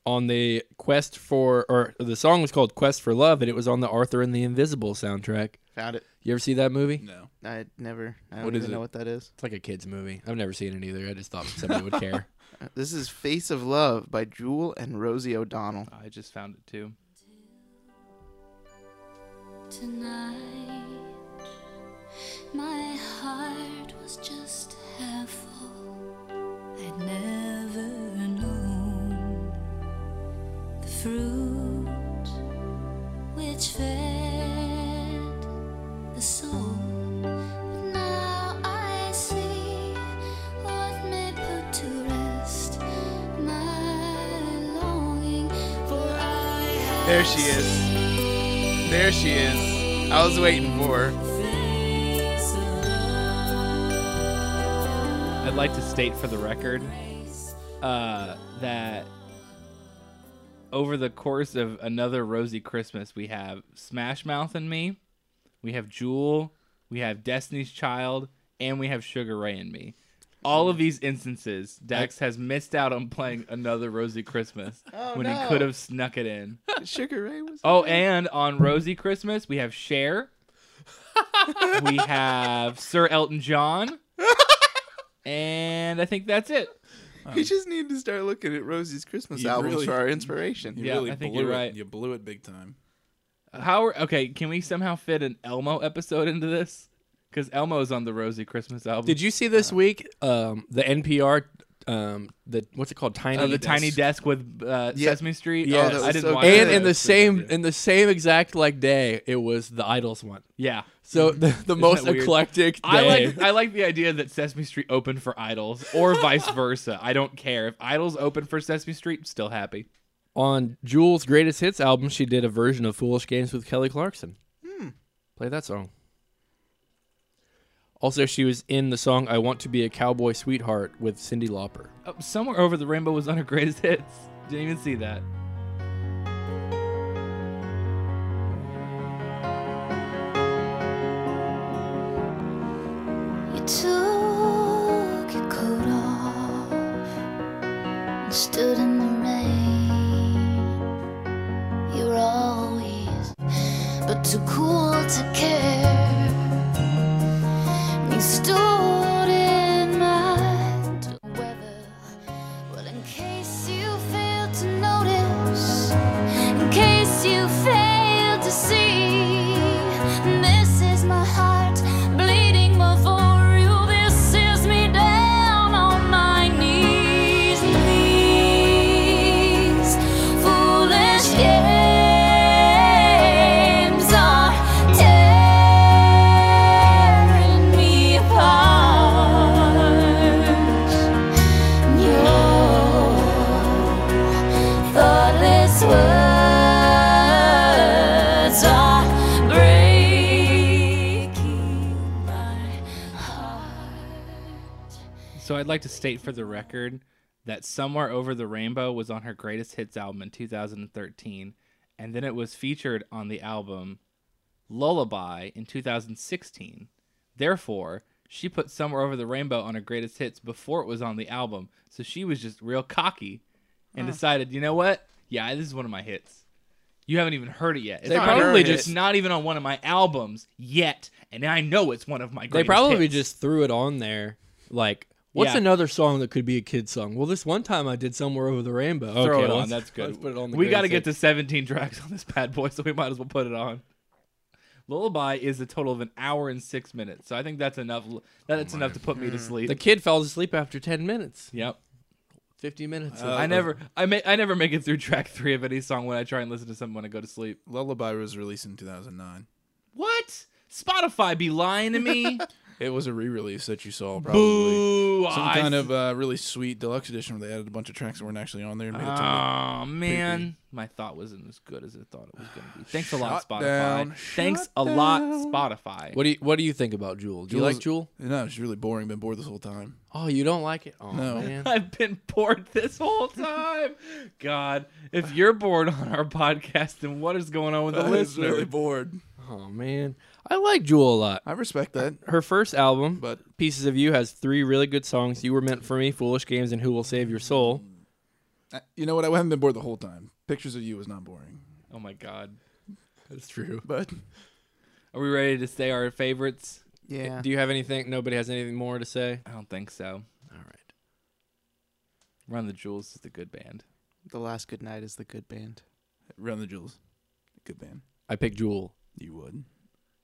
Speaker 1: on the quest for, or the song was called "Quest for Love," and it was on the Arthur and the Invisible soundtrack.
Speaker 3: Found it.
Speaker 1: You ever see that movie?
Speaker 4: No.
Speaker 3: I had never. I don't
Speaker 1: What is
Speaker 3: even
Speaker 1: it?
Speaker 3: know what that is.
Speaker 1: It's like a kids movie. I've never seen it either. I just thought somebody
Speaker 5: [LAUGHS]
Speaker 1: would care.
Speaker 3: This is Face of Love by Jewel and Rosie O'Donnell.
Speaker 5: I just found it too.
Speaker 8: Tonight, my heart was just half full. I'd never known the fruit which fed the soul. But now I see what may put to rest my longing. For I have
Speaker 3: There she is. There she is. I was waiting for her.
Speaker 5: I'd like to state for the record uh, that over the course of another rosy Christmas, we have Smash Mouth and me, we have Jewel, we have Destiny's Child, and we have Sugar Ray and me. All of these instances, Dax has missed out on playing another Rosy Christmas when he
Speaker 3: no.
Speaker 5: could have snuck it in.
Speaker 3: Sugar Ray was. [LAUGHS]
Speaker 5: Oh, and on Rosy Christmas, we have Cher. we have Sir Elton John. And I think that's it.
Speaker 3: we just need to start looking at Rosie's Christmas
Speaker 4: You
Speaker 3: albums
Speaker 4: really-
Speaker 3: for our inspiration.
Speaker 4: You
Speaker 5: Yeah,
Speaker 4: really
Speaker 5: I think
Speaker 4: blew
Speaker 5: you're
Speaker 4: it.
Speaker 5: right.
Speaker 4: You blew it big time.
Speaker 5: How are, okay, can we somehow fit an Elmo episode into this? Because Elmo's on the Rosy Christmas album.
Speaker 1: Did you see this week um, the NPR? Um, the what's it called? Tiny.
Speaker 5: uh, the
Speaker 1: Desk?
Speaker 5: tiny desk with uh,
Speaker 3: Yeah.
Speaker 5: Sesame Street?
Speaker 3: Yeah,
Speaker 5: Oh,
Speaker 3: that
Speaker 5: I
Speaker 3: was
Speaker 5: didn't
Speaker 3: so
Speaker 5: watch
Speaker 3: good.
Speaker 5: it.
Speaker 1: And in the
Speaker 5: That's pretty
Speaker 1: same
Speaker 5: good.
Speaker 1: in the same exact like day, it was the Idols one.
Speaker 5: yeah.
Speaker 1: So the, the most
Speaker 5: Mm-hmm. that weird?
Speaker 1: eclectic day.
Speaker 5: I like I like the idea that Sesame Street opened for Idols or vice versa. I don't care if Idols open for Sesame Street, still happy.
Speaker 1: on Jewel's greatest hits album, she did a version of Foolish Games with Kelly Clarkson.
Speaker 5: Hmm.
Speaker 1: Play that song. Also, she was in the song I Want to Be a Cowboy Sweetheart with Cindy Lauper.
Speaker 5: Oh, Somewhere Over the Rainbow was on her greatest hits. Didn't even see that.
Speaker 8: You took your coat off and stood in the rain. You were always but too cool to care. And You stood in mind to weather. Well, in case you failed to notice, in case you failed to see, this is my heart bleeding before you. This is me down on my knees. These foolish games are tearing me apart. Your thoughtless words are breaking my heart.
Speaker 5: So I'd like to state for the record that Somewhere Over the Rainbow was on her greatest hits album in 2013, and then it was featured on the album Lullaby in 2016. Therefore, she put Somewhere Over the Rainbow on her greatest hits before it was on the album, so she was just real cocky and decided, you know what? Yeah, this is one of my hits. You haven't even heard it yet. It's
Speaker 1: They
Speaker 5: not-
Speaker 1: probably
Speaker 5: it's
Speaker 1: just-
Speaker 5: not even on one of my albums yet, and I know it's one of my.
Speaker 1: They
Speaker 5: Greatest
Speaker 1: probably
Speaker 5: hits.
Speaker 1: just threw it on there. Like, what's
Speaker 5: Yeah.
Speaker 1: another song that could be a kid song? Well, this one time I did somewhere over the rainbow.
Speaker 5: throw
Speaker 1: okay,
Speaker 5: it on.
Speaker 1: let's-
Speaker 5: That's good.
Speaker 1: Let's put it on. The
Speaker 5: we got to get
Speaker 1: greatest
Speaker 5: to 17 tracks on this bad boy, [LAUGHS] so we might as well put it on. Lullaby is a total of an hour and six minutes, so I think that's enough.
Speaker 1: Oh
Speaker 5: That's enough to put me to
Speaker 4: Mm.
Speaker 1: hits.
Speaker 5: sleep.
Speaker 1: The kid falls asleep after ten minutes.
Speaker 5: yep.
Speaker 1: Fifty minutes.
Speaker 5: I never, I may, I never make it through track three of any song when I try and listen to something when I go to sleep.
Speaker 4: Lullaby was released in 2009.
Speaker 5: What? Spotify be lying to me?
Speaker 4: It was a re-release that you saw [LAUGHS] probably.
Speaker 5: Boo!
Speaker 4: Some
Speaker 5: I
Speaker 4: kind
Speaker 5: s-
Speaker 4: of uh, really sweet deluxe edition where they added a bunch of tracks that weren't actually on there. And made it to
Speaker 5: Oh man, my thought wasn't as good as I thought it was going to be. Thanks a lot,
Speaker 4: Shut
Speaker 5: Spotify.
Speaker 4: down.
Speaker 5: Thanks
Speaker 4: Shut
Speaker 5: a lot,
Speaker 4: down.
Speaker 5: Spotify.
Speaker 1: What do you What do you think about Jewel? Do you like Jewel?
Speaker 4: No, it's really boring. Been bored this whole time.
Speaker 1: Oh, you don't like it? Oh
Speaker 4: No.
Speaker 1: man.
Speaker 5: [LAUGHS] I've been bored this whole time. God, if you're bored on our podcast, then what is going on with the
Speaker 4: [LAUGHS] I was
Speaker 5: listener?
Speaker 4: really bored.
Speaker 1: Oh man. I like Jewel a lot.
Speaker 4: I respect that.
Speaker 1: Her first album,
Speaker 4: But-
Speaker 1: Pieces of You, has three really good songs. You were meant for me, Foolish Games, and Who Will Save Your Soul.
Speaker 4: Uh, You know what? I haven't been bored the whole time. Pictures of you was not boring.
Speaker 5: Oh my God,
Speaker 4: That's true. But
Speaker 5: are we ready to say our favorites?
Speaker 3: Yeah.
Speaker 1: Do you have anything? Nobody has anything more to say.
Speaker 5: I don't think so.
Speaker 1: All right.
Speaker 5: Run the Jewels is the good band.
Speaker 3: the Last Good Night is the good band.
Speaker 4: Run the Jewels. Good band.
Speaker 1: I picked Jewel.
Speaker 4: You would.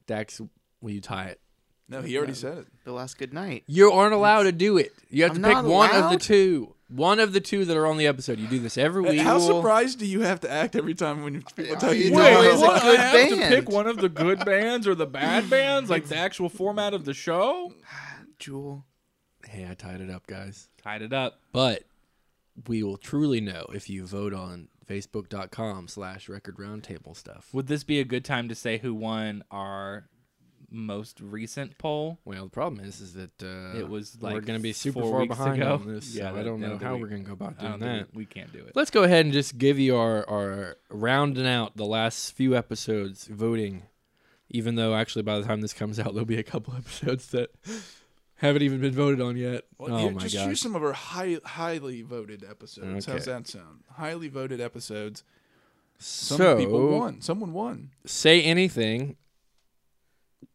Speaker 1: Dax, will you tie it?
Speaker 4: No, he already said it.
Speaker 3: The Last Good Night.
Speaker 1: You aren't allowed to do it. You have
Speaker 3: I'm
Speaker 1: to pick
Speaker 3: not
Speaker 1: one of the
Speaker 3: allowed?
Speaker 1: two. One of the two that are on the episode. You do this every
Speaker 5: Uh,
Speaker 1: week.
Speaker 4: How
Speaker 3: will-
Speaker 4: surprised do you have to act every time when people tell you?
Speaker 3: It's always
Speaker 4: what?
Speaker 3: a good band.
Speaker 5: of the good bands or the bad bands, like the actual format of the show?
Speaker 3: Jewel.
Speaker 1: Hey, I tied it up, guys.
Speaker 5: Tied it up.
Speaker 1: But we will truly know if you vote on facebook.com slash record roundtable stuff.
Speaker 5: Would this be a good time to say who won our most recent poll?
Speaker 1: Well, the problem is, is that uh,
Speaker 5: It was
Speaker 1: we're
Speaker 5: like
Speaker 1: going to be super
Speaker 5: four
Speaker 1: far
Speaker 5: weeks
Speaker 1: behind
Speaker 5: ago.
Speaker 1: on this.
Speaker 5: Yeah,
Speaker 1: so I
Speaker 5: that-
Speaker 1: don't
Speaker 5: that
Speaker 1: know
Speaker 5: other
Speaker 1: how
Speaker 5: week.
Speaker 1: we're going to go about
Speaker 5: I
Speaker 1: doing
Speaker 5: don't
Speaker 1: that.
Speaker 5: think we, we can't do it.
Speaker 1: Let's go ahead and just give you our, our rounding out the last few episodes voting. Even though actually by the time this comes [LAUGHS] out, there'll be a couple episodes that haven't even been voted on yet.
Speaker 4: Well,
Speaker 1: oh
Speaker 4: here,
Speaker 1: my
Speaker 4: just
Speaker 1: gosh.
Speaker 4: choose some of our high, highly voted episodes. How's
Speaker 1: Okay.
Speaker 4: that sound? Highly voted episodes. Some
Speaker 1: so
Speaker 4: people won. Someone won.
Speaker 1: say anything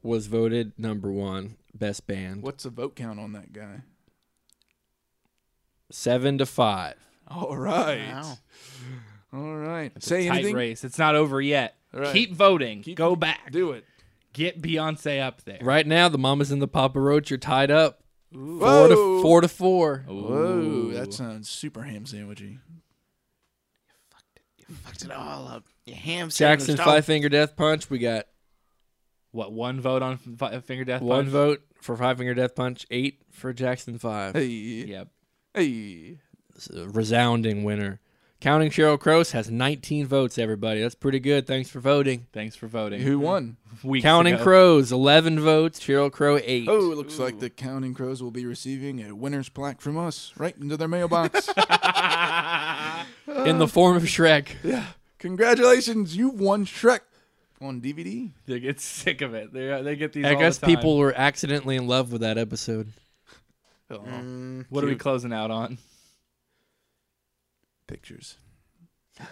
Speaker 1: was voted number one best band.
Speaker 4: What's the vote count on that guy?
Speaker 1: Seven to five.
Speaker 4: All right.
Speaker 3: Wow.
Speaker 4: All right. Say
Speaker 5: tight
Speaker 4: anything.
Speaker 5: race. It's not over yet.
Speaker 4: Right.
Speaker 5: Keep voting.
Speaker 4: Keep-
Speaker 5: Go back.
Speaker 4: Do it.
Speaker 5: Get Beyonce up there.
Speaker 1: Right now, the Mamas and the Papa Roach are tied up. Four
Speaker 4: Whoa.
Speaker 1: to four to four.
Speaker 4: Whoa, that sounds super ham sandwichy.
Speaker 3: Fucked it all up. Your ham sandwich
Speaker 1: Jackson
Speaker 3: dog.
Speaker 1: Five Finger Death Punch. We got
Speaker 5: What one vote on F- Finger Death?
Speaker 1: one
Speaker 5: Punch?
Speaker 1: vote for Five Finger Death Punch, eight for Jackson Five.
Speaker 4: Hey,
Speaker 5: Yep.
Speaker 4: hey.
Speaker 1: a resounding winner. Counting Cheryl Cross has 19 votes, everybody. That's pretty good. Thanks for voting.
Speaker 5: Thanks for voting.
Speaker 4: Who won?
Speaker 5: Weeks
Speaker 1: Counting
Speaker 5: ago.
Speaker 1: Crows, 11 votes. Cheryl Crow, 8.
Speaker 4: Oh, it looks like the Counting Crows will be receiving a winner's plaque from us right into their mailbox.
Speaker 1: [LAUGHS] In the form of Shrek.
Speaker 4: Congratulations, you won Shrek on DVD.
Speaker 5: They get sick of it. They, they get these.
Speaker 1: I
Speaker 5: all
Speaker 1: guess
Speaker 5: the time.
Speaker 1: people were accidentally in love with that episode.
Speaker 4: Oh,
Speaker 5: What are we closing out on? [LAUGHS]
Speaker 4: pictures.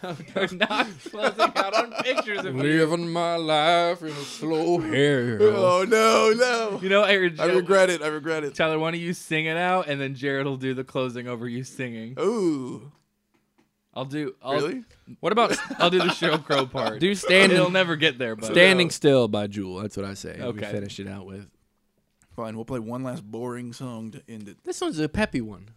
Speaker 5: We're not closing out on pictures of you.
Speaker 1: Living my life in a slow hair.
Speaker 4: Oh no, no.
Speaker 5: You know, I, reg-
Speaker 4: I regret it. I regret it.
Speaker 5: Tyler, why don't you sing it out, and then Jared will do the closing over you singing.
Speaker 4: Oh,
Speaker 5: I'll do. I'll,
Speaker 4: really?
Speaker 1: What about
Speaker 5: I'll do the Cheryl Crow part.
Speaker 1: Do
Speaker 5: and
Speaker 1: Standing,
Speaker 5: it'll never get there, but
Speaker 1: standing Still by Jewel? That's what I say. We
Speaker 5: Okay.
Speaker 1: finish it out with.
Speaker 4: Fine, we'll play one last boring song to end it.
Speaker 1: This one's a peppy one.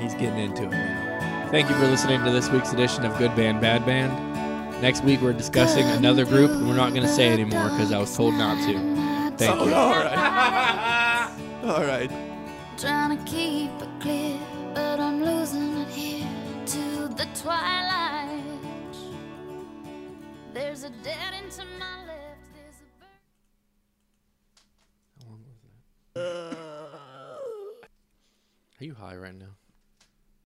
Speaker 1: He's getting into it now. Thank you for listening to this week's edition of Good Band, Bad Band. Next week, we're discussing another group, and we're not going to say anymore because I was told not to. Thank you.
Speaker 4: All right. All right.
Speaker 8: Trying to keep it clear, but I'm losing it here to the twilight. There's a dead into my lips. There's a burn.
Speaker 1: Are you high right now?